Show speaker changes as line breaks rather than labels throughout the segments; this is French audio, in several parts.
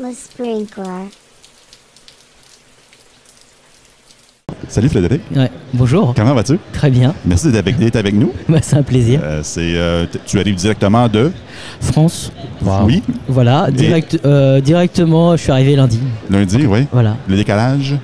Le sprinkler.
Salut Frédéric,
Ouais. Bonjour.
comment vas-tu?
Très bien.
Merci d'être avec, d'être avec nous.
Bah, c'est un plaisir.
Euh, c'est, euh, t- tu arrives directement de...
France.
Oui,
Voilà. Direct, euh, directement, je suis arrivé lundi.
lundi, oui.
Voilà.
Le décalage,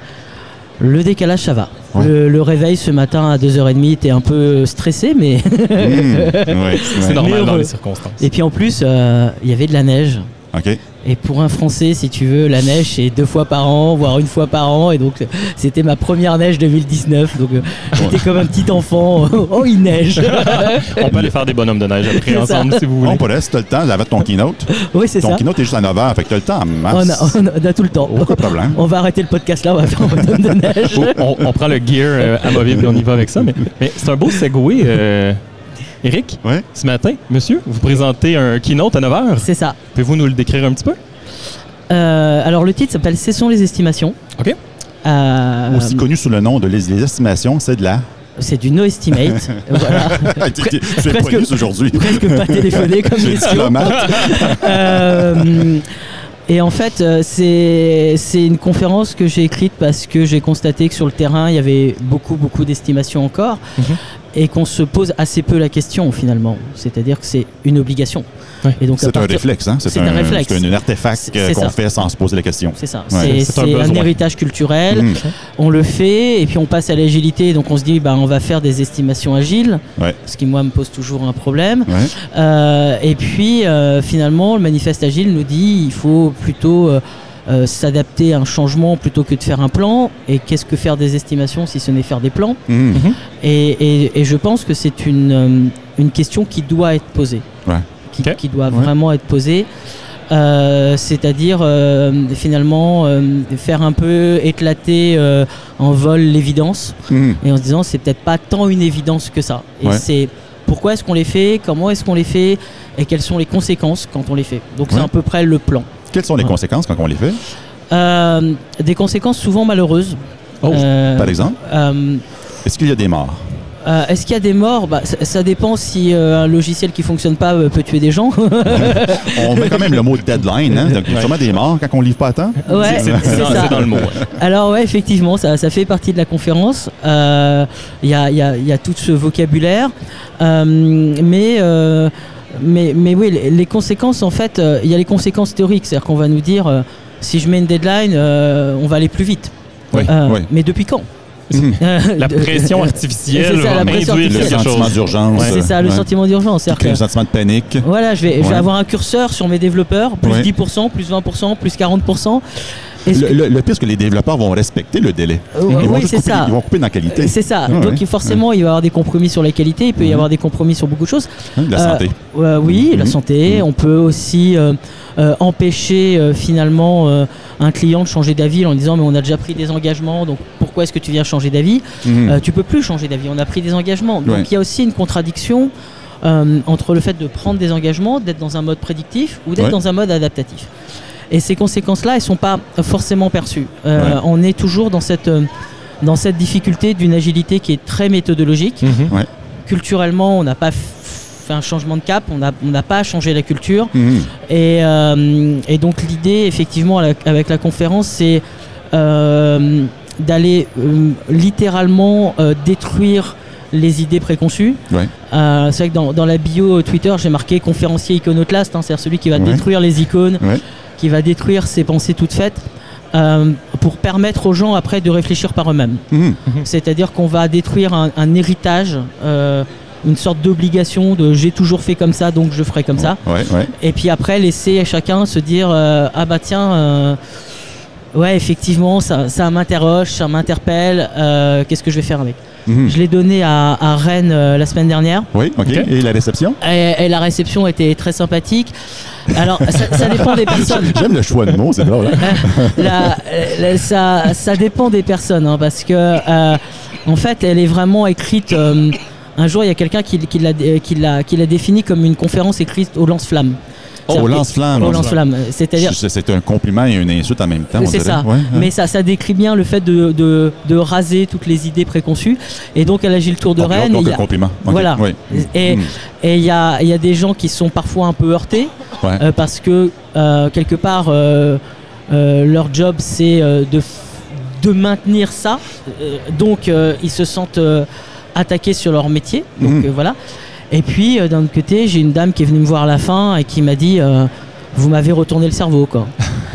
Le décalage, ça va.
Ouais.
Le, le réveil ce matin à 2h30 était un peu stressé, mais.
Mmh, ouais,
C'est
ouais.
normal dans
heureux.
les circonstances.
Et puis en plus, euh, il y avait de la neige.
Ok.
Et pour un Français, si tu veux, la neige, c'est deux fois par an, voire une fois par an. Et donc, euh, c'était ma première neige 2019. Donc, euh, j'étais comme un petit enfant. oh, il neige
On peut aller faire des bonhommes de neige après
C'est ça.
ensemble si vous
On
voulez.
pourrait, si t'as le temps, j'avais ton keynote.
Oui, c'est
ton
ça.
keynote est juste à 9 h, fait que t'as le temps en
On
masse.
a, on a- on a tout le temps.
Aucun problème.
On va arrêter le podcast là, on va faire un bonhomme de neige.
Faut- on, on prend le gear euh, amovible et on y va avec ça. Mais, mais c'est un beau segway, euh, Eric.
Ouais.
Ce matin, monsieur, vous présentez un keynote à 9h.
C'est ça.
Pouvez-vous nous le décrire un petit peu?
Euh, alors, le titre s'appelle Cessons les estimations.
OK.
Euh,
Aussi connu sous le nom de les, les estimations, c'est de la.
c'est du no estimate. voilà.
tu tu- tu es
presque-
pogneuse aujourd'hui.
Presque pas téléphoné comme
J'ai dit
question.
diplomate.
Euh, et en fait, euh, c'est c'est une conférence que j'ai écrite parce que j'ai constaté que sur le terrain, il y avait beaucoup, beaucoup d'estimations encore
Mhm.
et qu'on se pose assez peu la question finalement. C'est-à-dire que c'est une obligation.
Ouais.
Et donc, à
C'est un
partir-
réflexe, hein?
C'est un réflexe.
C'est un, un artefact
C'est-
euh,
c'est
qu'on
ça.
fait sans se poser la question.
C'est ça.
Ouais,
C'est-
c'est un
c'est un,
besoin.
héritage culturel.
Mmh.
On le fait et puis on passe à l'agilité. Donc on se dit, bah, on va faire des estimations agiles,
Ouais.
ce qui moi me pose toujours un problème.
Ouais.
Euh, et puis euh, finalement, le manifeste agile nous dit, il faut plutôt euh, euh, s'adapter à un changement plutôt que de faire un plan. Et qu'est-ce que faire des estimations si ce n'est faire des plans
Mmh.
et, et- et je pense que c'est une, euh, une question qui doit être posée,
Ouais.
qui,
Ok.
qui doit
Ouais.
vraiment être posée. Euh, C'est-à-dire euh, finalement euh, faire un peu éclater euh, en vol l'évidence
Mmh.
et en se disant c'est peut-être pas tant une évidence que ça. Et
Ouais.
c'est pourquoi est-ce qu'on les fait, comment est-ce qu'on les fait et quelles sont les conséquences quand on les fait. Donc c'est
Ouais.
à peu près le plan.
Quelles sont les
Ouais.
conséquences quand on les fait,
Euh, des conséquences souvent malheureuses.
Oh,
Euh,
par exemple?
euh,
Est-ce qu'il y a des morts?
Euh, Est-ce qu'il y a des morts Bah, ça, ça dépend si euh, un logiciel qui fonctionne pas euh, peut tuer des gens.
On met quand même le mot deadline, hein? Donc, il y a
Ouais.
sûrement des morts quand on livre pas à temps.
ouais,
C'est- C'est
c'est
dans,
ça.
c'est dans le mot. ouais.
Alors ouais, effectivement, ça, ça fait partie de la conférence. Euh, Il y, a, il y a- il y a tout ce vocabulaire, Euh, mais euh, mais mais oui, les- les conséquences en fait, euh, il y a les conséquences théoriques, c'est-à-dire qu'on va nous dire euh, si je mets une deadline, euh, on va aller plus vite.
Oui,
Euh,
oui.
Mais depuis quand
Mmh.
La pression artificielle
C'est ça,
va
la pression
induire
Le
artificielle.
quelque
sentiment
chose.
d'urgence.
C'est ça, le
Ouais.
sentiment d'urgence. c'est-à-dire que-
Le sentiment de panique.
Voilà, je vais, je
Ouais.
vais avoir un curseur sur mes développeurs, plus
Ouais.
10%, plus 20%, plus 40%. Est-ce
Le,
que-
le, le pire, c'est que les développeurs vont respecter le délai.
Euh,
Ils, vont
oui,
juste
c'est
couper,
ça.
ils vont couper dans la qualité,
C'est ça.
Ouais,
Donc
ouais.
forcément, il va y avoir des compromis sur la qualité, il peut y
Ouais.
avoir des compromis sur beaucoup de choses.
hein, de la
Euh,
santé.
Euh, oui, la
Mhm.
santé, on peut aussi euh, euh, empêcher euh, finalement euh, un client de changer d'avis en disant mais on a déjà pris des engagements, donc pourquoi est-ce que tu viens changer d'avis
Mhm.
Euh, tu peux plus changer d'avis. On a pris des engagements. Donc
Ouais.
il y a aussi une contradiction euh, entre le fait de prendre des engagements, d'être dans un mode prédictif ou d'être
Ouais.
dans un mode adaptatif. Et ces conséquences-là, elles sont pas forcément perçues. Euh,
Ouais.
On est toujours dans cette, euh, dans cette difficulté d'une agilité qui est très méthodologique.
Mhm.
Culturellement, on n'a pas f- fait un changement de cap, on n'a on n'a pas changé la culture.
Mhm.
Et, euh, et donc l'idée, effectivement, la- avec la conférence, c'est euh, d'aller euh, littéralement euh, détruire les idées préconçues.
Ouais.
Euh, c'est vrai que dans, dans la bio Twitter, j'ai marqué conférencier iconoclaste, hein, c'est-à-dire celui qui va
Ouais.
détruire les icônes,
Ouais.
qui va détruire ses pensées toutes faites, euh, pour permettre aux gens après de réfléchir par eux-mêmes.
Mhm.
C'est-à-dire qu'on va détruire un, un héritage, euh, une sorte d'obligation de j'ai toujours fait comme ça, donc je ferai comme ça.
Ouais, ouais.
Et puis après, laisser chacun se dire euh, Ah bah tiens, euh, ouais, effectivement, ça, ça m'interroge, ça m'interpelle, euh, qu'est-ce que je vais faire avec
Mhm.
Je l'ai donné à, à Rennes euh, la semaine dernière.
Oui, OK.
Ok.
Et la réception?
Et, et la réception était très sympathique. Alors, ça, ça dépend des personnes.
J'aime le choix de mots, c'est drôle. hein?
La- la- ça, ça dépend des personnes, hein, parce que euh, en fait, elle est vraiment écrite. euh, un jour, il y a quelqu'un qui, qui l'a qui l'a- qui l'a définie comme une conférence écrite au lance-flamme.
Oh, au lance-flamme.
Au lance-flamme. C'est-à-dire,
Je- C'est un compliment et une insulte en même temps. on
c'est
dirait.
ça.
Ouais, hein.
Mais ça, ça décrit bien le fait de, de, de raser toutes les idées préconçues. Et donc, elle agit le tour de
Compliment,
Rennes.
donc
il y
un
a-
compliment. Ok,
Voilà.
oui.
Et
Mm.
et il y a, il y a des gens qui sont parfois un peu heurtés
Ouais.
euh, parce que, euh, quelque part, euh, euh, leur job, c'est euh, de, f- de maintenir ça. Euh, donc, euh, ils se sentent euh, attaqués sur leur métier. Donc,
Mhm.
euh, voilà. Et puis, euh, d'un autre côté, j'ai une dame qui est venue me voir à la fin et qui m'a dit euh, Vous m'avez retourné le cerveau, quoi.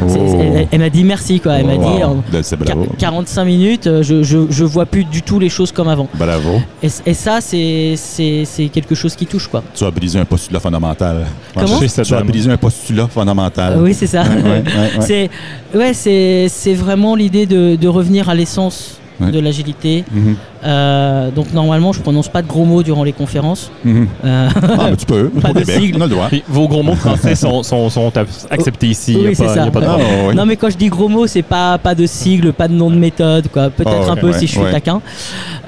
C'est- c'est-
Oh.
Elle, elle m'a dit merci, quoi. Elle m'a dit euh,
Wow.
en
Ben, c'est bravo.
quar- 45 minutes, euh, je, je, je vois plus du tout les choses comme avant.
Bravo.
Et, c- et ça, c'est c'est- c'est quelque chose qui touche, quoi.
Tu as brisé un postulat fondamental.
Comment?
Tu
Chez cette
as
dame.
brisé un postulat fondamental.
oui, c'est ça.
Ah Ouais, ouais, ouais.
C'est ouais, c'est c'est vraiment l'idée de, de revenir à l'essence
Ouais.
de l'agilité.
Mhm,
Euh, donc normalement, je prononce pas de gros mots durant les conférences.
mhm.
Euh,
Ah, mais tu peux.
Pas
au
de
Québec,
sigle.
On a le droit.
Puis vos gros mots français sont, sont, sont ac- acceptés ici. Il
Oui,
n'y a,
c'est
pas-
ça.
y a pas de
Ah,
problème.
ouais, ouais.
Non mais quand je dis gros mots, c'est pas pas de sigle, pas de nom de méthode, quoi. Peut-être
Ah, ouais,
un peu
ouais,
si je suis
ouais.
taquin,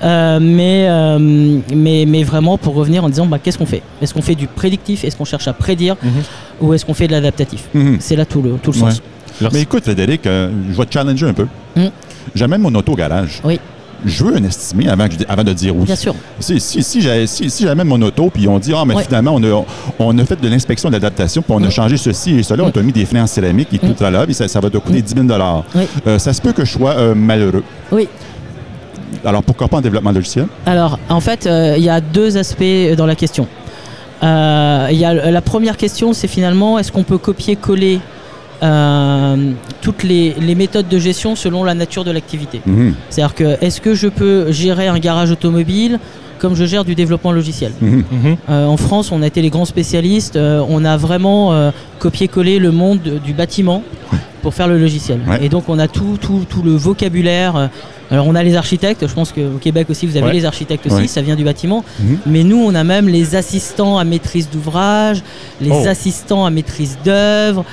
Euh, mais euh, mais mais vraiment pour revenir en disant bah, qu'est-ce qu'on fait Est-ce qu'on fait du prédictif Est-ce qu'on cherche à prédire
Mhm.
ou est-ce qu'on fait de l'adaptatif
Mhm.
C'est là tout le tout le
Ouais.
sens.
Lorsque-
Mais écoute, Frédéric, euh, je vais te challenger un peu.
Mm.
J'amène mon auto au garage.
Oui.
Je veux un estimé avant, que je dé- avant de dire oui.
Bien sûr.
Si, si, si, j'ai- si- si j'amène mon auto, puis on dit, ah, mais
Ouais.
finalement, on a, on a fait de l'inspection de l'adaptation, puis on a
Mm.
changé ceci et cela, on t'a mis des freins en céramique et
Hmm.
tout à l'heure, puis ça, ça va te coûter 10 000
Oui.
Euh, Ça se peut que je sois euh, malheureux.
Oui.
Alors, pourquoi pas en développement logiciel?
Alors, en fait, euh, il y a deux aspects dans la question. Euh, Il y a le- la première question, c'est finalement, est-ce qu'on peut copier-coller euh, toutes les, les méthodes de gestion selon la nature de l'activité
Mhm,
C'est-à-dire que, est-ce que je peux gérer un garage automobile comme je gère du développement logiciel
mhm.
Mhm.
Euh, En France, on a été les grands spécialistes, euh, on a vraiment euh, copié-collé le monde de- du bâtiment pour faire le logiciel.
Ouais.
Et donc, on a tout, tout, tout le vocabulaire. euh, Alors, on a les architectes, je pense qu'au Québec aussi, vous avez
Ouais.
les architectes aussi,
Ouais.
ça vient du bâtiment.
Mhm.
Mais nous, on a même les assistants à maîtrise d'ouvrage, les
Oh.
assistants à maîtrise d'œuvre.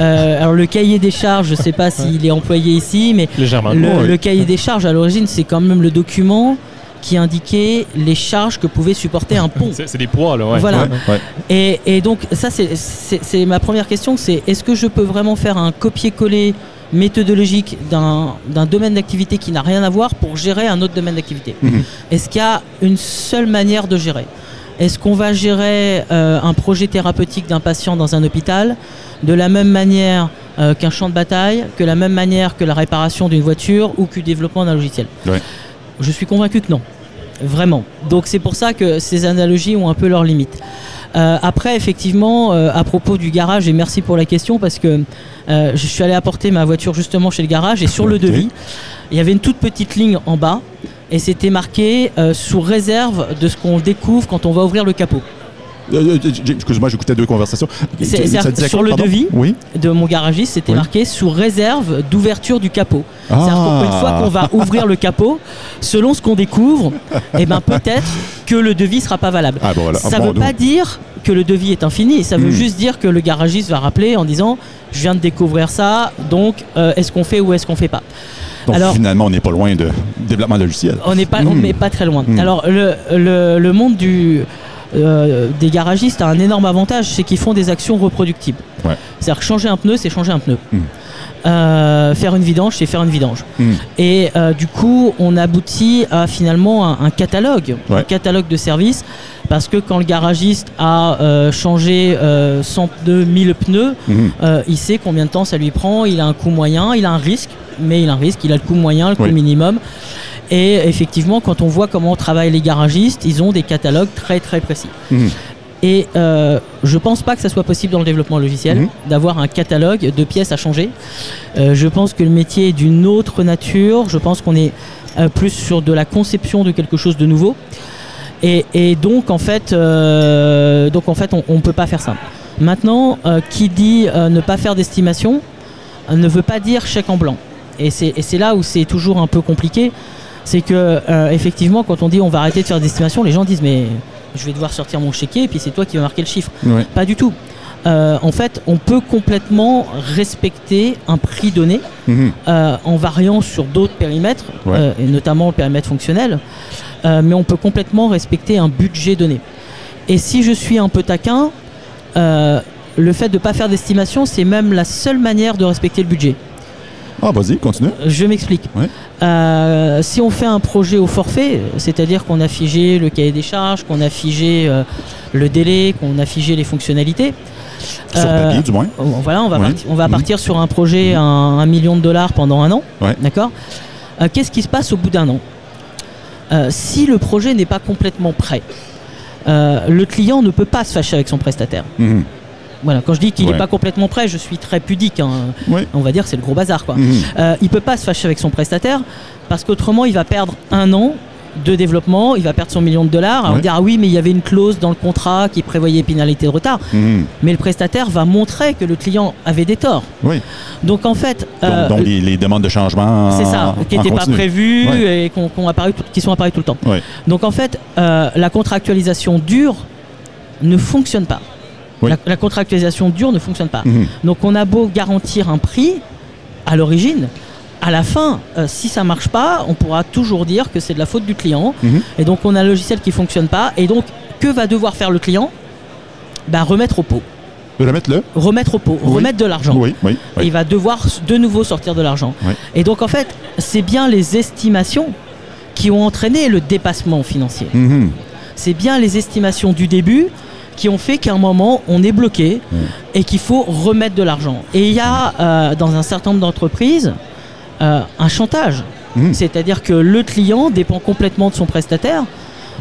Euh, alors, le cahier des charges, je ne sais pas s'il est employé ici, mais
Légèrement.
le,
oui.
le cahier des charges, à l'origine, c'est quand même le document qui indiquait les charges que pouvait supporter un pont.
C'est c'est des poids, là. Ouais.
Voilà.
Ouais.
Ouais.
Et, et donc ça c'est- c'est c'est ma première question, c'est est-ce que je peux vraiment faire un copier-coller méthodologique d'un d'un domaine d'activité qui n'a rien à voir pour gérer un autre domaine d'activité
Mhm.
Est-ce qu'il y a une seule manière de gérer Est-ce qu'on va gérer euh, un projet thérapeutique d'un patient dans un hôpital de la même manière euh, qu'un champ de bataille, que la même manière que la réparation d'une voiture ou que le développement d'un logiciel
Ouais.
Je suis convaincu que non. Vraiment. Donc c'est pour ça que ces analogies ont un peu leurs limites. Euh, après, effectivement, euh, à propos du garage, et merci pour la question parce que euh, je suis allé apporter ma voiture justement chez le garage et sur le
Ok.
devis, il y avait une toute petite ligne en bas et c'était marqué euh, sous réserve de ce qu'on découvre quand on va ouvrir le capot
Euh, euh, j- j- Excuse-moi, j'écoutais deux conversations.
C'est-
Ça
c'est-
disait
sur
quoi,
le
pardon?
devis?
Oui.
de mon garagiste. C'était
Oui.
marqué sous réserve d'ouverture du capot. C'est-à-dire
Ah.
qu'une fois qu'on va ouvrir le capot, selon ce qu'on découvre, eh ben peut-être que le devis sera pas valable.
Ah, bon, voilà.
Ça
Bon,
veut pas
donc,
dire que le devis est infini, ça veut
Hmm.
juste dire que le garagiste va rappeler en disant je viens de découvrir ça, donc euh, est-ce qu'on fait ou est-ce qu'on fait pas
donc,
alors-
finalement, on n'est pas loin de développement logiciel.
On n'est pas, on
Hmm.
n'est pas très loin.
Hmm.
Alors le, le, le monde du, euh, des garagistes a un énorme avantage, c'est qu'ils font des actions reproductibles.
Ouais.
C'est-à-dire que changer un pneu, c'est changer un pneu.
Hmm.
Euh, faire une vidange, c'est faire une vidange.
Hmm.
Et euh, du coup, on aboutit à finalement un, un catalogue, un
Ouais.
catalogue de services, parce que quand le garagiste a euh, changé euh, 100 pneus, 1000 pneus,
Mhm.
euh, il sait combien de temps ça lui prend, il a un coût moyen, il a un risque, mais il a un risque, il a le coût moyen, le coût
Oui.
minimum. Et effectivement, quand on voit comment travaillent les garagistes, ils ont des catalogues très très précis.
Mhm.
Et euh, je pense pas que ça soit possible dans le développement logiciel
Mhm.
d'avoir un catalogue de pièces à changer. Euh, je pense que le métier est d'une autre nature. Je pense qu'on est euh, plus sur de la conception de quelque chose de nouveau. Et, et donc en fait, euh, donc en fait, on, on peut pas faire ça. Maintenant, euh, qui dit euh, ne pas faire d'estimation euh, ne veut pas dire chèque en blanc. Et c'est et c'est là où c'est toujours un peu compliqué, c'est que euh, effectivement, quand on dit on va arrêter de faire d'estimation, les gens disent mais je vais devoir sortir mon chéquier et puis c'est toi qui vas marquer le chiffre.
Ouais.
Pas du tout. Euh, en fait, on peut complètement respecter un prix donné
Mhm.
euh, en variant sur d'autres périmètres,
Ouais.
euh, et notamment le périmètre fonctionnel, euh, mais on peut complètement respecter un budget donné. Et si je suis un peu taquin, euh, le fait de ne pas faire d'estimation, c'est même la seule manière de respecter le budget.
Ah, vas-y, continue.
Je m'explique.
Ouais.
Euh, si on fait un projet au forfait, c'est-à-dire qu'on a figé le cahier des charges, qu'on a figé euh, le délai, qu'on a figé les fonctionnalités.
Sur
euh,
papier, du moins.
on- Voilà, on va,
Ouais.
parti- on va
Mhm.
partir sur un projet à un, un million de dollars pendant un an.
Ouais.
D'accord Euh, Qu'est-ce qui se passe au bout d'un an Euh, Si le projet n'est pas complètement prêt, euh, le client ne peut pas se fâcher avec son prestataire.
Mhm.
Voilà, quand je dis qu'il n'est
Ouais.
pas complètement prêt, je suis très pudique. hein.
Ouais.
On va dire que c'est le gros bazar. Quoi.
Mhm.
Euh, il peut pas se fâcher avec son prestataire parce qu'autrement il va perdre un an de développement, il va perdre son million de dollars. Alors
Ouais.
dire ah oui mais il y avait une clause dans le contrat qui prévoyait pénalité de retard,
Mhm.
mais le prestataire va montrer que le client avait des torts.
Oui.
Donc en fait,
Donc,
euh,
donc les, les demandes de changement. en-
c'est ça, qui
en
n'étaient pas
continu.
prévues et qu'on- qu'on apparu tout- qui sont apparus tout le temps.
Ouais.
Donc en fait, euh, la contractualisation dure ne fonctionne pas.
Oui.
La, la contractualisation dure ne fonctionne pas.
Mhm.
Donc on a beau garantir un prix à l'origine, à la fin, euh, si ça marche pas, on pourra toujours dire que c'est de la faute du client.
Mhm.
Et donc on a un logiciel qui fonctionne pas. Et donc que va devoir faire le client Bah, remettre au pot,
Remettre-le.
remettre au pot,
Oui.
remettre de l'argent.
Oui, oui.
Et
oui.
il va devoir s- de nouveau sortir de l'argent.
Ouais.
Et donc en fait, c'est bien les estimations qui ont entraîné le dépassement financier.
Mhm.
C'est bien les estimations du début qui ont fait qu'à un moment, on est bloqué
Ouais.
et qu'il faut remettre de l'argent. Et il y a, euh, dans un certain nombre d'entreprises, euh, un chantage.
Mhm.
C'est-à-dire que le client dépend complètement de son prestataire.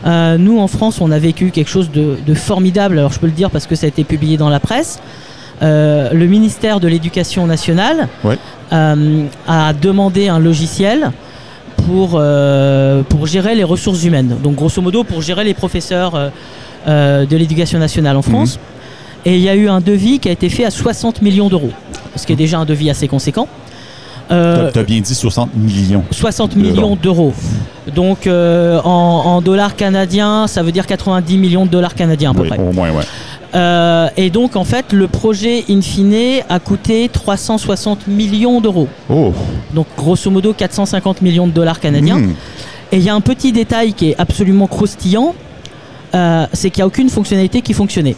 Euh, nous, en France, on a vécu quelque chose de, de formidable. Alors, je peux le dire parce que ça a été publié dans la presse. Euh, le ministère de l'Éducation nationale
Ouais.
euh, a demandé un logiciel pour, euh, pour gérer les ressources humaines. Donc, grosso modo, pour gérer les professeurs euh, euh, de l'Éducation nationale en France. Et il y a eu un devis qui a été fait à 60 millions d'euros, ce qui est déjà un devis assez conséquent. Euh,
T'as- T'as bien dit 60 millions.
60
Dollars.
millions d'euros. Donc euh, en, en dollars canadiens, ça veut dire 90 millions de dollars canadiens à peu
Oui,
près.
au moins, ouais.
Euh, et donc en fait, le projet in fine a coûté 360 millions d'euros.
Oh.
Donc grosso modo 450 millions de dollars canadiens.
Mhm.
Et il y a un petit détail qui est absolument croustillant, euh, c'est qu'il n'y a aucune fonctionnalité qui fonctionnait.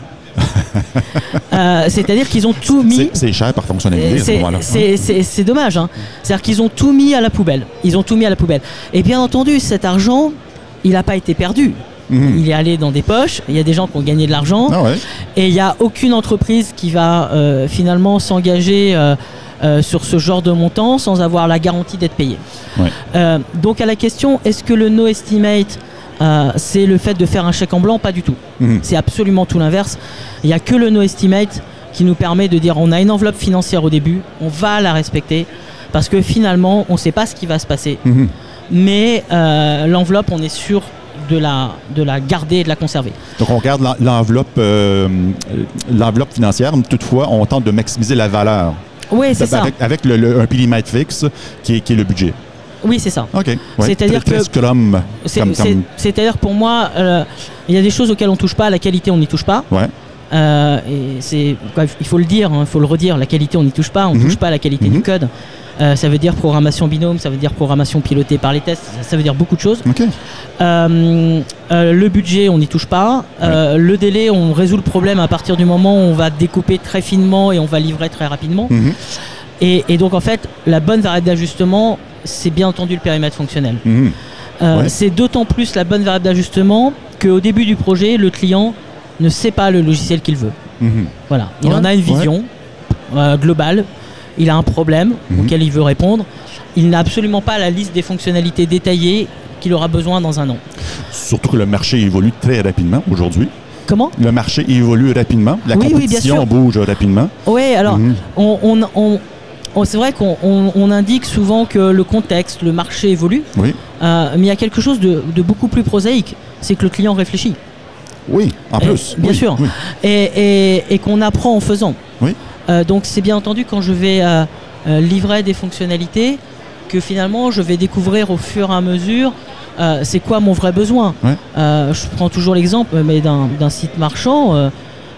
Euh, C'est-à-dire qu'ils ont tout mis...
C'est- C'est cher par fonctionnalité à ce
C'est-
moment-là.
C'est c'est- c'est dommage. hein. C'est-à-dire qu'ils ont tout mis à la poubelle. Ils ont tout mis à la poubelle. Et bien entendu, cet argent, il n'a pas été perdu.
Mhm.
Il est allé dans des poches. Il y a des gens qui ont gagné de l'argent.
Ah ouais.
Et il n'y a aucune entreprise qui va euh, finalement s'engager euh, euh, sur ce genre de montant sans avoir la garantie d'être payé.
Ouais.
Euh, donc à la question, est-ce que le no estimate, euh, c'est le fait de faire un chèque en blanc Pas du tout.
Mhm.
C'est absolument tout l'inverse. Il n'y a que le no estimate qui nous permet de dire on a une enveloppe financière au début, on va la respecter, parce que finalement on ne sait pas ce qui va se passer.
Mhm.
Mais euh, l'enveloppe, on est sûr de la, de la garder et de la conserver.
Donc on garde l'en- l'enveloppe euh, l'enveloppe financière, mais toutefois on tente de maximiser la valeur
Oui, c'est
Bah, avec,
ça.
avec le, le- un périmètre fixe qui est, qui est le budget.
Oui, c'est ça.
OK.
C'est-à-dire
Très- très
que-
scrum,
C'est-
comme-
c'est-
comme-
C'est-à-dire pour moi, euh, il y a des choses auxquelles on touche pas, la qualité on n'y touche pas.
Ouais.
Euh, et c'est, quoi, il faut le dire, hein, il faut le redire, la qualité on n'y touche pas, on
Mhm.
touche pas à la qualité
Mhm.
du code. Euh, ça veut dire programmation binôme, ça veut dire programmation pilotée par les tests, ça, ça veut dire beaucoup de choses.
OK.
Euh, euh, le budget on n'y touche pas. Euh, Le délai on résout le problème à partir du moment où on va découper très finement et on va livrer très rapidement.
Mhm.
Et, et donc en fait, la bonne variable d'ajustement, c'est bien entendu le périmètre fonctionnel.
Mhm.
Euh,
Ouais.
C'est d'autant plus la bonne variable d'ajustement qu'au début du projet, le client ne sait pas le logiciel qu'il veut.
Mhm.
Voilà. Il
Ouais,
en a une
ouais.
vision euh, globale, il a un problème
Mhm.
auquel il veut répondre, il n'a absolument pas la liste des fonctionnalités détaillées qu'il aura besoin dans un an.
Surtout que le marché évolue très rapidement aujourd'hui.
Comment
Le marché évolue rapidement. La
Oui, oui, bien
compétition
sûr.
bouge rapidement.
Oui, alors,
Mhm.
on, on- on- on- c'est vrai qu'on on- on indique souvent que le contexte, le marché évolue,
Oui.
euh, mais il y a quelque chose de- de beaucoup plus prosaïque, c'est que le client réfléchit.
Oui, en
Eh,
plus.
bien
Oui,
sûr.
oui.
et, et- et qu'on apprend en faisant.
Oui.
Euh, donc c'est bien entendu quand je vais euh, euh, livrer des fonctionnalités que finalement je vais découvrir au fur et à mesure euh, c'est quoi mon vrai besoin.
Ouais.
Euh, je prends toujours l'exemple euh, mais d'un d'un site marchand. euh,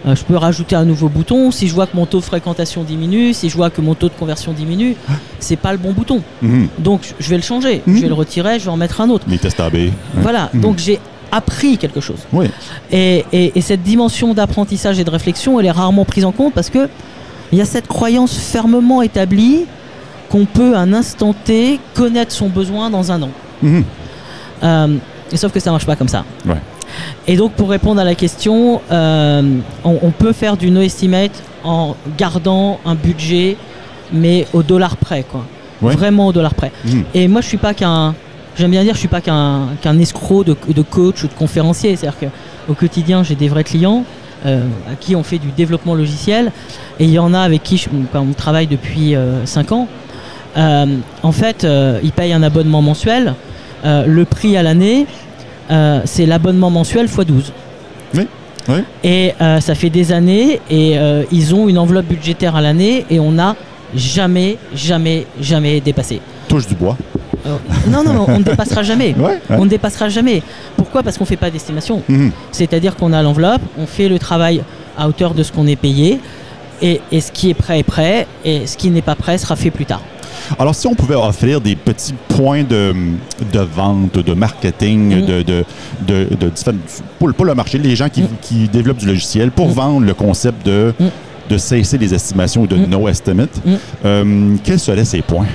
euh, je peux rajouter un nouveau bouton si je vois que mon taux de fréquentation diminue, si je vois que mon taux de conversion diminue, c'est pas le bon bouton.
Mhm.
Donc je- je vais le changer,
Mhm.
je vais le retirer, je vais en mettre un autre.
Les tests AB.
Voilà,
Mhm.
donc j'ai appris quelque chose.
Oui.
Et, et- et cette dimension d'apprentissage et de réflexion, elle est rarement prise en compte parce que il y a cette croyance fermement établie qu'on peut à un instant T connaître son besoin dans un an.
Mhm.
Euh, et sauf que ça marche pas comme ça.
Ouais.
Et donc pour répondre à la question, euh, on, on peut faire du no estimate en gardant un budget, mais au dollar près, quoi.
Ouais.
Vraiment au dollar près.
Mhm.
Et moi, je suis pas qu'un. J'aime bien dire, je suis pas qu'un qu'un escroc de, de coach ou de conférencier. C'est-à-dire qu'au quotidien, j'ai des vrais clients euh, à qui on fait du développement logiciel. Et il y en a avec qui je- enfin, on travaille depuis 5 ans. Euh, en fait, euh, ils payent un abonnement mensuel. Euh, le prix à l'année, euh, c'est l'abonnement mensuel x 12.
Oui, oui.
Et euh, ça fait des années et euh, ils ont une enveloppe budgétaire à l'année et on n'a jamais, jamais, jamais dépassé.
Touche du bois.
Euh, non, non, non, on ne dépassera jamais.
Ouais.
On ne dépassera jamais. Pourquoi Parce qu'on ne fait pas d'estimation.
Mhm.
C'est-à-dire qu'on a l'enveloppe, on fait le travail à hauteur de ce qu'on est payé, et, et ce qui est prêt est prêt, et ce qui n'est pas prêt sera fait plus tard.
Alors, si on pouvait offrir des petits points de, de vente, de marketing,
Mhm.
de, de, de- de différents- pour, le- pour le marché, les gens qui,
Mhm.
qui développent du logiciel, pour
Mhm.
vendre le concept de,
Mhm.
de cesser les estimations ou de
Mhm.
no estimate,
Mhm.
euh, quels seraient ces points?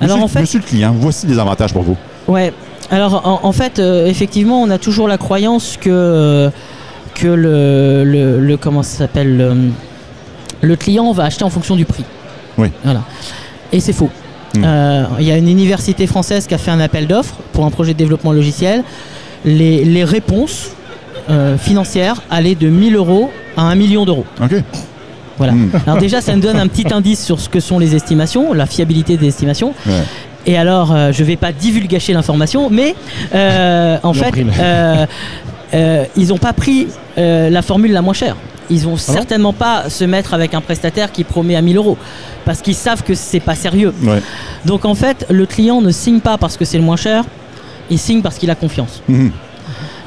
Alors
monsieur,
en fait,
monsieur le client, voici les avantages pour vous.
ouais. Alors en, en fait, euh, effectivement, on a toujours la croyance que euh, que le, le, le- comment ça s'appelle le, le client va acheter en fonction du prix.
Oui.
Voilà. Et c'est faux.
Mm.
Euh, Il y a une université française qui a fait un appel d'offres pour un projet de développement logiciel. Les, les réponses euh, financières allaient de 1000 euros à 1 million d'euros.
OK.
Voilà.
Mm.
Alors déjà, ça nous donne un petit indice sur ce que sont les estimations, la fiabilité des estimations.
Ouais.
Et alors, euh, je vais pas divulgacher l'information, mais euh, en
Ils l'ont
fait,
pris, mais-
euh, euh, ils n'ont pas pris euh, la formule la moins chère. Ils vont certainement pas se mettre avec un prestataire qui promet à 1000 euros, parce qu'ils savent que c'est pas sérieux.
Ouais.
Donc en fait, le client ne signe pas parce que c'est le moins cher, il signe parce qu'il a confiance.
Mhm.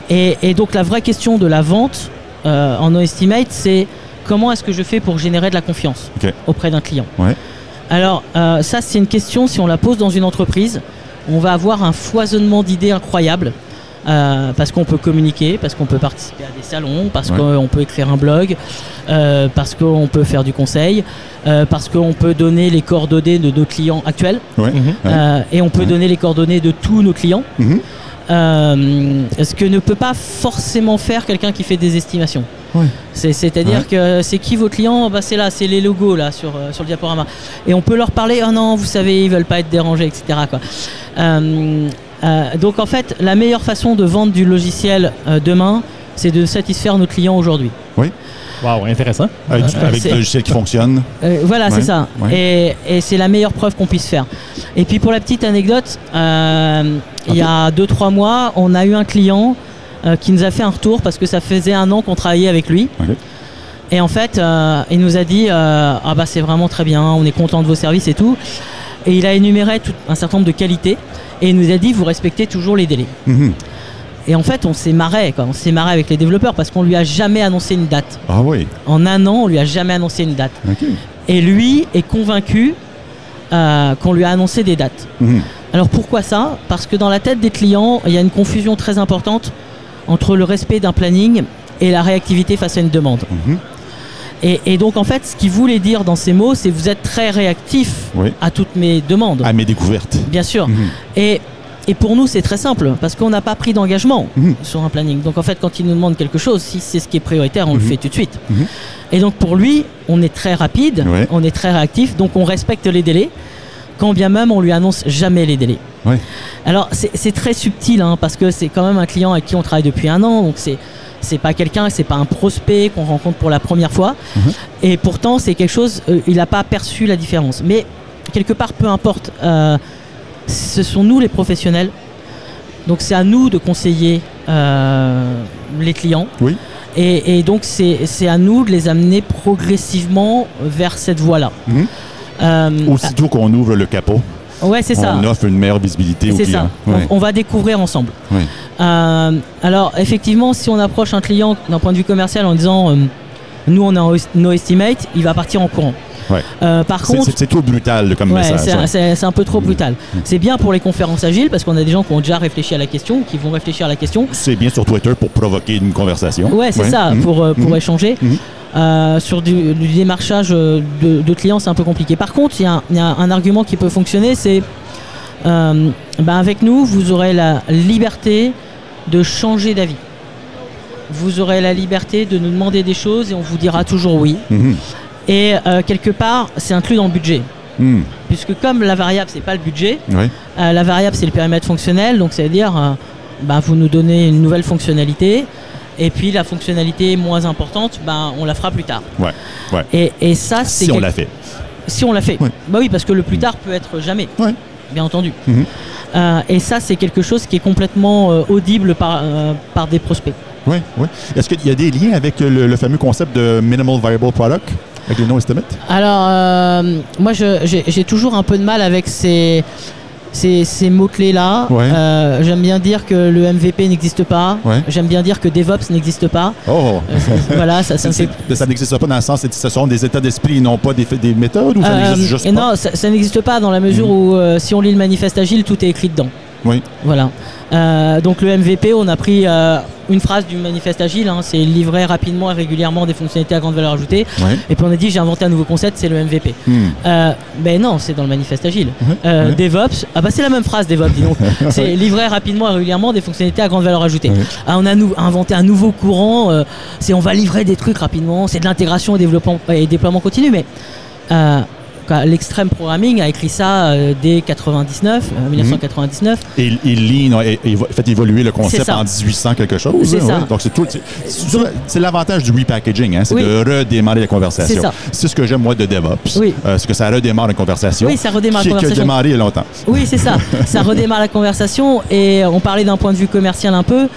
Et, et donc la vraie question de la vente euh, en no estimate, c'est comment est-ce que je fais pour générer de la confiance
Ok.
auprès d'un client
Ouais.
Alors euh, ça c'est une question, si on la pose dans une entreprise, on va avoir un foisonnement d'idées incroyables. euh, parce qu'on peut communiquer, parce qu'on peut participer à des salons, parce
Ouais.
qu'on peut écrire un blog, euh, parce qu'on peut faire du conseil, euh, parce qu'on peut donner les coordonnées de nos clients actuels,
Ouais.
Mhm.
Ouais.
euh, et on peut
Ouais.
donner les coordonnées de tous nos clients.
Mhm.
Euh, ce que ne peut pas forcément faire quelqu'un qui fait des estimations.
Ouais.
C'est- C'est-à-dire
Ouais.
que c'est qui vos clients bah, C'est là, c'est les logos là sur, euh, sur le diaporama. Et on peut leur parler, oh non, vous savez, ils veulent pas être dérangés, etc. Quoi. Euh, euh, donc en fait, la meilleure façon de vendre du logiciel euh, demain, c'est de satisfaire nos clients aujourd'hui.
Wow, intéressant.
Avec, du- avec
Euh, c'est-
des logiciels qui fonctionnent.
Euh, voilà,
Ouais,
c'est ça. Et, et c'est la meilleure preuve qu'on puisse faire. Et puis pour la petite anecdote, euh, il y a 2-3 mois, on a eu un client euh, qui nous a fait un retour parce que ça faisait un an qu'on travaillait avec lui.
Ok.
Et en fait, euh, il nous a dit euh, Ah bah c'est vraiment très bien, on est content de vos services et tout. Et il a énuméré tout, un certain nombre de qualités et il nous a dit Vous respectez toujours les délais.
Mhm.
Et en fait, on s'est marré, quoi. on s'est marré avec les développeurs parce qu'on lui a jamais annoncé une date.
Ah oui.
En un an, on lui a jamais annoncé une date.
OK.
Et lui est convaincu euh, qu'on lui a annoncé des dates.
Mhm.
Alors pourquoi ça Parce que dans la tête des clients, il y a une confusion très importante entre le respect d'un planning et la réactivité face à une demande.
Mhm.
Et, et donc en fait, ce qu'il voulait dire dans ces mots, c'est vous êtes très réactif
Oui.
à toutes mes demandes,
À mes découvertes.
bien sûr.
Mhm.
Et, et pour nous, c'est très simple, parce qu'on n'a pas pris d'engagement
Mhm.
sur un planning. Donc en fait, quand il nous demande quelque chose, si c'est ce qui est prioritaire, on le
Mhm.
fait tout de suite.
Mhm.
Et donc pour lui, on est très rapide,
Ouais.
on est très réactif, donc on respecte les délais, quand bien même on lui annonce jamais les délais.
Ouais.
Alors c'est c'est très subtil, hein, parce que c'est quand même un client avec qui on travaille depuis un an, donc c'est c'est pas quelqu'un, c'est pas un prospect qu'on rencontre pour la première fois,
Mhm.
et pourtant c'est quelque chose, euh, il n'a pas perçu la différence. Mais quelque part, peu importe, euh, ce sont nous les professionnels. Donc c'est à nous de conseiller euh, les clients.
Oui.
Et, et donc c'est c'est à nous de les amener progressivement vers cette voie-là.
Mhm.
Euh,
Aussitôt qu'on ouvre le capot,
ah, ouais, c'est ça.
on offre une meilleure visibilité aux
C'est ça.
clients. Ouais.
On, on va découvrir ensemble.
Oui.
Euh, alors effectivement, si on approche un client d'un point de vue commercial en disant euh, Nous, on a un no estimate, il va partir en courant.
Ouais.
Euh, par
C'est-
contre,
C'est c'est trop brutal comme
Ouais,
message. hein.
c'est un-
ouais.
c'est c'est un peu trop brutal. C'est bien pour les conférences agiles parce qu'on a des gens qui ont déjà réfléchi à la question, qui vont réfléchir à la question.
C'est bien sur Twitter pour provoquer une conversation.
Ouais, c'est ça,
Mhm.
pour, euh, pour
Mhm.
échanger.
Mhm.
Euh, sur du, du démarchage euh, de, de clients, c'est un peu compliqué. Par contre, il y, a un- il y a un argument qui peut fonctionner, c'est euh, ben, avec nous, vous aurez la liberté de changer d'avis. Vous aurez la liberté de nous demander des choses et on vous dira toujours oui.
Mhm.
Et euh, quelque part, c'est inclus dans le budget.
Mhm.
Puisque comme la variable, c'est pas le budget,
Ouais.
euh, la variable, c'est le périmètre fonctionnel, donc ça veut dire euh, bah, vous nous donnez une nouvelle fonctionnalité, et puis la fonctionnalité moins importante, bah, on la fera plus tard.
Ouais. Ouais.
Et, et ça, c'est
Si on
quelque-
l'a fait.
si on l'a fait.
Ouais. Mm.
Bah oui, parce que le plus tard peut être jamais.
Ouais.
Bien entendu.
Mhm.
Euh, et ça, c'est quelque chose qui est complètement euh, audible par, euh, par des prospects.
Ouais, ouais. Est-ce qu'il y a des liens avec le, le fameux concept de minimal viable product avec les non estimates
Alors, euh, moi, je- j'ai j'ai toujours un peu de mal avec ces, ces, ces mots-clés-là.
Ouais.
Euh, J'aime bien dire que le MVP n'existe pas.
Ouais.
J'aime bien dire que DevOps n'existe pas.
Oh.
Euh, c'est- voilà, ça, ça me fait.
C'est- Ça n'existe pas dans le sens, c'est- ce sont des états d'esprit, non pas des, fa- des méthodes ou ça
Euh,
n'existe juste
et
pas?
non, ça, ça n'existe pas dans la mesure où euh, si on lit le manifeste agile, tout est écrit dedans.
Oui.
Voilà. Euh, donc le MVP, on a pris euh, une phrase du manifeste agile, hein, c'est livrer rapidement et régulièrement des fonctionnalités à grande valeur ajoutée.
Ouais.
Et puis on a dit j'ai inventé un nouveau concept, c'est le MVP.
Hmm.
Euh, ben non, c'est dans le manifeste agile.
Ouais,
Euh,
ouais.
DevOps, ah bah c'est la même phrase DevOps, dis donc. c'est livrer rapidement et régulièrement des fonctionnalités à grande valeur ajoutée.
Ouais.
Ah, on a nou- inventé un nouveau courant, euh, c'est on va livrer des trucs rapidement, c'est de l'intégration et développement et déploiement continu, mais euh, quoi, l'extrême programming a écrit ça euh, dès 99, euh, 1999.
Et il lit, non, et, et va- fait évoluer le concept
ça.
en 1800 quelque chose.
C'est
hein,
ça.
ouais. Donc, c'est tout. c'est- c'est- c'est- C'est l'avantage du repackaging, hein, c'est
Oui.
de redémarrer la conversation.
C'est ça.
ce que j'aime, moi, de DevOps.
Oui.
Euh, c'est que ça redémarre une conversation.
Oui, ça redémarre
qui,
la
Qui a
conversation.
démarré il y a longtemps.
Oui, c'est ça. ça redémarre la conversation et on parlait d'un point de vue commercial un peu.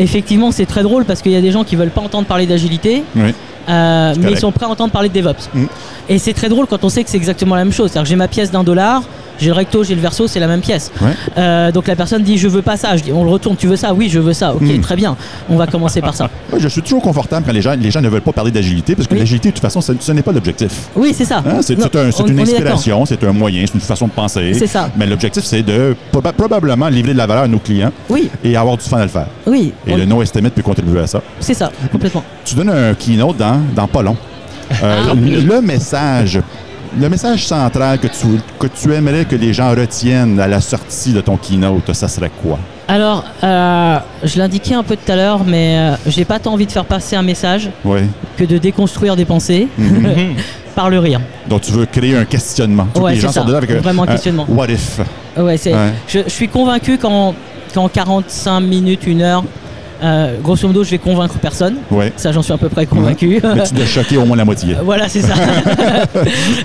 Effectivement, c'est très drôle parce qu'il y a des gens qui veulent pas entendre parler d'agilité.
Oui.
Euh, mais ils
correct.
sont prêts à entendre parler de DevOps.
Mm.
Et c'est très drôle quand on sait que c'est exactement la même chose. C'est-à-dire que j'ai ma pièce d'un dollar, j'ai le recto, j'ai le verso, c'est la même pièce.
Ouais.
Euh, donc la personne dit je veux pas ça, je dis on le retourne, tu veux ça, oui je veux ça, ok
Mm.
très bien, on va commencer par ça.
Moi, je suis toujours confortable quand les gens, les gens ne veulent pas parler d'agilité, parce que
Oui.
l'agilité, de toute façon, ce, ce n'est pas l'objectif.
Oui c'est ça.
Hein, C'est
Non,
c'est un- c'est
on-
une
on est d'accord.
inspiration, c'est un moyen, c'est une façon de penser.
C'est ça.
Mais l'objectif, c'est de proba- probablement livrer de la valeur à nos clients
Oui,
et avoir du fun à le faire.
oui,
Et
on-
le no-estimate peut contribuer à ça.
c'est ça, complètement.
Tu donnes un keynote dans, dans pas long. Euh, le message, le message central que tu, que tu aimerais que les gens retiennent à la sortie de ton keynote, ça serait quoi?
Alors euh, je l'indiquais un peu tout à l'heure, mais euh, j'ai pas tant envie de faire passer un message
Oui.
que de déconstruire des pensées
Mm-hmm.
par le rire.
Donc, tu veux créer un questionnement. Tu veux que
Ouais,
les gens
c'est ça.
sortent de là avec un,
Vraiment un questionnement.
what if?
Ouais, c'est.
Ouais.
Je, je suis convaincu qu'en qu'en 45 minutes, une heure, euh, grosso modo, je vais convaincre personne.
Oui.
Ça, j'en suis à peu près convaincu.
Mais tu dois choquer au moins la moitié.
voilà, c'est ça.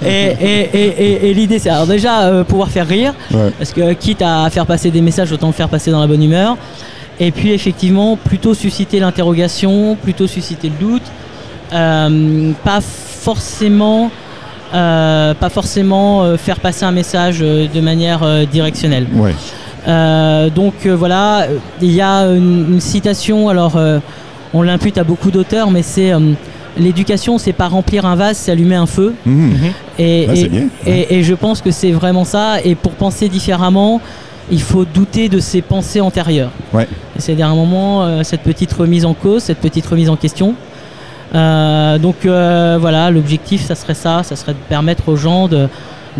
et et, et, et- et l'idée, c'est alors déjà euh, pouvoir faire rire,
Ouais.
parce que quitte à faire passer des messages, autant le faire passer dans la bonne humeur. Et puis effectivement, plutôt susciter l'interrogation, plutôt susciter le doute, Euh, pas forcément, euh, pas forcément euh, faire passer un message euh, de manière euh, directionnelle.
Ouais.
Euh, donc euh, voilà, euh, il y a une, une citation, alors euh, on l'impute à beaucoup d'auteurs, mais c'est euh, l'éducation, c'est pas remplir un vase, c'est allumer un feu.
Mhm.
Et,
Ouais,
et-
c'est bien.
et- et je pense que c'est vraiment ça. Et pour penser différemment, il faut douter de ses pensées antérieures.
Ouais.
C'est-à-dire à un moment, euh, cette petite remise en cause, cette petite remise en question. Euh, donc euh, voilà, l'objectif, ça serait ça, ça serait de permettre aux gens de,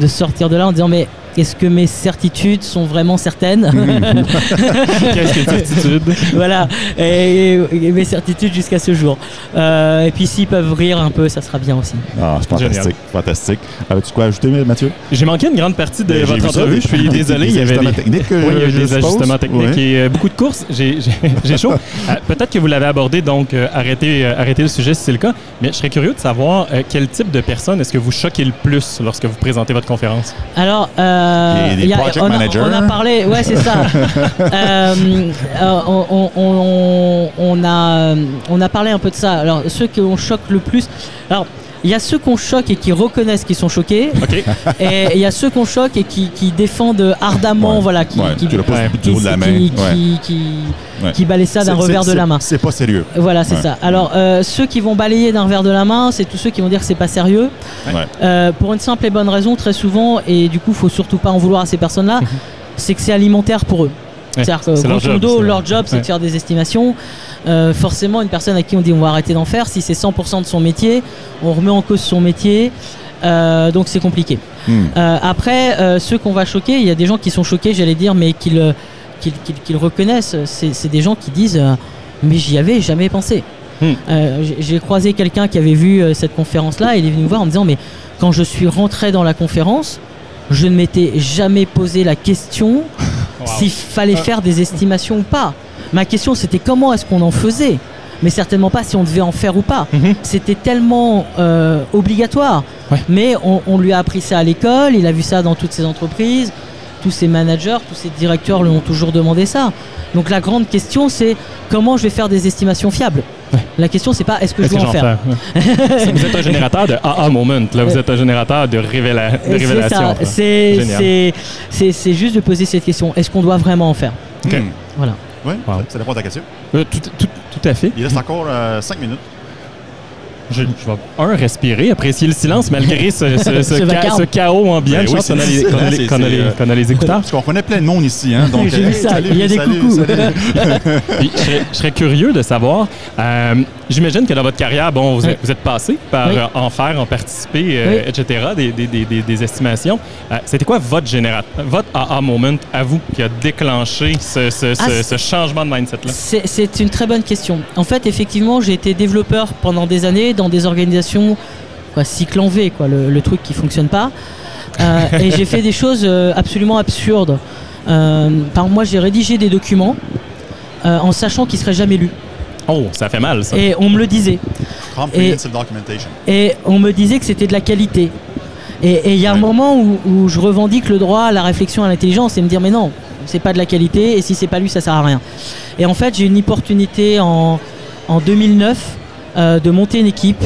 de sortir de là en disant mais est-ce que mes certitudes sont vraiment certaines
Qu'est-ce que certitude?
Voilà, et, et mes certitudes jusqu'à ce jour. Euh, et puis s'ils peuvent rire un peu, ça sera bien aussi.
Ah, c'est fantastique.
Génial.
Fantastique. Avais-tu quoi à ajouter, Mathieu?
J'ai manqué une grande partie de
Ben, j'ai
votre
vu ça,
entrevue,
oui.
je suis désolé.
Des
Il y avait
ajustements
des,
techniques,
Oui, il y avait
je
des
suppose.
ajustements techniques
Ouais.
et euh, beaucoup de courses. J'ai j'ai- j'ai chaud. Euh, Peut-être que vous l'avez abordé, donc euh, arrêtez, euh, arrêtez le sujet si c'est le cas. Mais je serais curieux de savoir euh, quel type de personne est-ce que vous choquez le plus lorsque vous présentez votre conférence.
Alors, euh,
Des- des
il y a-
project
on, a,
managers.
on a parlé, ouais, c'est ça. Euh, euh, on, on- euh, on- on a, on a parlé un peu de ça. Alors, ceux qui ont choque le plus. Alors, Il y a ceux qu'on choque et qui reconnaissent qu'ils sont choqués.
OK.
et il y a ceux qu'on choque et qui, qui défendent ardemment,
Ouais.
voilà, qui,
Ouais,
qui,
tu le poses
Ouais.
du haut de la
qui-
main.
qui-
Ouais.
qui- qui-
Ouais.
qui balaient ça d'un
C'est-
revers
c'est-
de la main.
C'est pas sérieux.
Voilà, c'est
Ouais.
ça. Alors, euh, ceux qui vont balayer d'un revers de la main, c'est tous ceux qui vont dire que c'est pas sérieux.
Ouais.
Euh, pour une simple et bonne raison, très souvent, et du coup, faut surtout pas en vouloir à ces personnes-là, c'est que c'est alimentaire pour eux.
Mhm. Ouais,
C'est-à-dire que,
c'est leur
grosso
job,
modo,
c'est-
leur job, c'est
ouais.
de faire des estimations. Euh, forcément, une personne à qui on dit on va arrêter d'en faire, si c'est 100% de son métier, on remet en cause son métier. Euh, donc, c'est compliqué.
Hmm.
Euh, après, euh, ceux qu'on va choquer, il y a des gens qui sont choqués, j'allais dire, mais qu'ils euh, qu'ils- qu'ils- qu'ils reconnaissent. C'est c'est des gens qui disent euh, Mais j'y avais jamais pensé.
Hmm.
Euh, j'ai- J'ai croisé quelqu'un qui avait vu euh, cette conférence-là, et il est venu me voir en me disant Mais quand je suis rentré dans la conférence, je ne m'étais jamais posé la question
Wow. Ah.
s'il fallait faire des estimations ou pas. Ma question, c'était comment est-ce qu'on en faisait mais certainement pas si on devait en faire ou pas.
Mhm.
C'était tellement euh, obligatoire.
Ouais.
Mais on, on lui a appris ça à l'école, il a vu ça dans toutes ses entreprises, tous ses managers, tous ses directeurs lui ont toujours demandé ça. Donc la grande question, c'est comment je vais faire des estimations fiables La question, c'est pas est-ce que je
Qu'est-ce
vais
que
en
j'en
faire.
fais? vous êtes un générateur de aha moment. Là, vous êtes un générateur de, révéla- de
Et c'est
révélation.
ça,
quoi.
c'est-
Génial.
c'est- c'est c'est juste de poser cette question est-ce qu'on doit vraiment en faire
OK.
Hmm.
Voilà.
Ouais,
Wow.
ça- ça répond à ta question.
Euh, tout, tout- tout à fait.
Il reste encore 5 minutes.
Je, je vais, un, respirer, apprécier le silence malgré ce, ce- ce
Ce
ca-
vacarme.
ce chaos ambiant.
Ben
Je
oui,
pense
c'est
qu'on a les-
difficile,
qu'on a
hein,
les-
c'est-
qu'on a
c'est,
les-
euh,
qu'on a les écouteurs.
Parce qu'on connaît plein de monde ici. Hein, donc,
J'ai vu
euh,
ça,
salut,
il y a des
salut,
coucous.
salut.
Puis, je, serais, je serais curieux de savoir, euh, j'imagine que dans votre carrière, bon, vous,
Oui.
êtes, vous êtes passé par
Oui.
euh, en faire, en participer, euh,
Oui.
etc., des, des- des- des- des estimations. Euh, C'était quoi votre générateur, votre aha moment à vous qui a déclenché ce, ce-
Ah,
ce-
c'est-
ce changement de mindset-là?
C'est c'est une très bonne question. En fait, effectivement, j'ai été développeur pendant des années dans des organisations, quoi, cycle en V, quoi, le, le truc qui fonctionne pas. Euh, et j'ai fait des choses euh, absolument absurdes. Euh, par exemple, moi, j'ai rédigé des documents euh, en sachant qu'ils seraient jamais lus.
Oh, ça fait mal, ça.
Et on me le disait.
Comprehensive documentation.
Et on me disait que c'était de la qualité. Et et il y a un
Ouais.
moment où, où je revendique le droit à la réflexion, à l'intelligence et me dire mais non, c'est pas de la qualité et si c'est pas lu, ça sert à rien. Et en fait, j'ai une opportunité en, en 2009 euh, de monter une équipe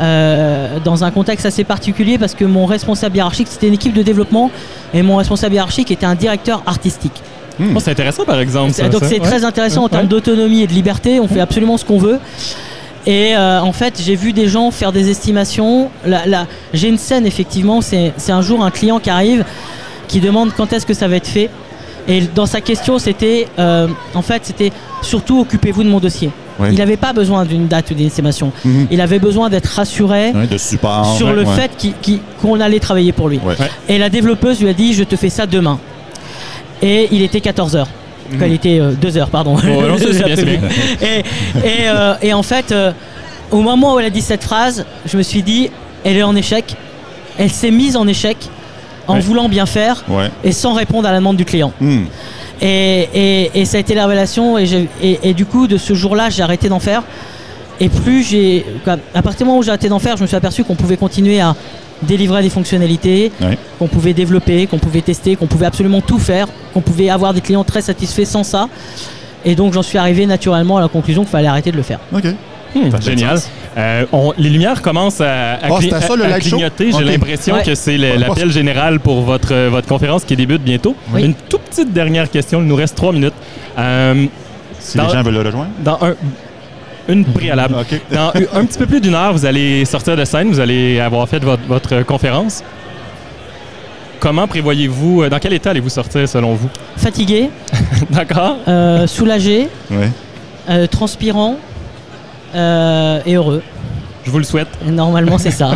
euh, dans un contexte assez particulier parce que mon responsable hiérarchique, c'était une équipe de développement et mon responsable hiérarchique était un directeur artistique.
Oh, c'est intéressant, par exemple. ça,
Donc
ça.
c'est
Ouais.
très intéressant en
Ouais.
termes d'autonomie et de liberté. On fait absolument ce qu'on veut. Et euh, en fait, j'ai vu des gens faire des estimations. Là, là, j'ai une scène effectivement. C'est c'est un jour un client qui arrive, qui demande quand est-ce que ça va être fait. Et dans sa question, c'était euh, en fait, c'était surtout occupez-vous de mon dossier.
Ouais.
Il n'avait pas besoin d'une date ou d'une estimation.
Mhm.
Il avait besoin d'être rassuré
Ouais, de
Ah,
support.
sur
ouais,
le
ouais.
fait qu'il- qu'il- qu'on allait travailler pour lui.
Ouais.
Et la développeuse lui a dit Je te fais ça demain. Et il était 14h. Il était 2h, pardon.
Mhm. Bon, non, c'est
J'ai
bien, c'est
appelé. Et, et, euh, et en fait, euh, au moment où elle a dit cette phrase, je me suis dit Elle est en échec. Elle s'est mise en échec en
Ouais.
voulant bien faire
Ouais.
et sans répondre à la demande du client.
Hmm.
Et, et- et ça a été la révélation. Et, j'ai- et- et du coup, de ce jour-là, j'ai arrêté d'en faire. Et plus j'ai. quoi, À partir du moment où j'ai arrêté d'en faire, je me suis aperçu qu'on pouvait continuer à délivrer des fonctionnalités,
Ouais.
qu'on pouvait développer, qu'on pouvait tester, qu'on pouvait absolument tout faire, qu'on pouvait avoir des clients très satisfaits sans ça. Et donc, j'en suis arrivé naturellement à la conclusion qu'il fallait arrêter de le faire.
OK.
Hmm,
Ça fait
génial. Euh, on- les lumières commencent à, à
Ah,
cli-
c'était ça, le
à- à
live show?
clignoter. J'ai
Ok.
l'impression
Ouais.
que c'est le-
Ouais,
l'appel général pour votre, euh, votre conférence qui débute bientôt.
Oui.
Une toute petite dernière question. Il nous reste trois minutes. Euh,
Si
Dans-
les gens veulent le rejoindre.
dans un, une préalable.
Ah.
OK.
Dans u- un petit peu plus d'une heure, vous allez sortir de scène, vous allez avoir fait votre, votre, euh, conférence. Comment prévoyez-vous, euh, dans quel état allez-vous sortir selon vous?
Fatigué,
D'accord?
euh, soulagé,
Ouais.
euh, transpirant euh, et heureux.
Je vous le souhaite.
Normalement, c'est ça.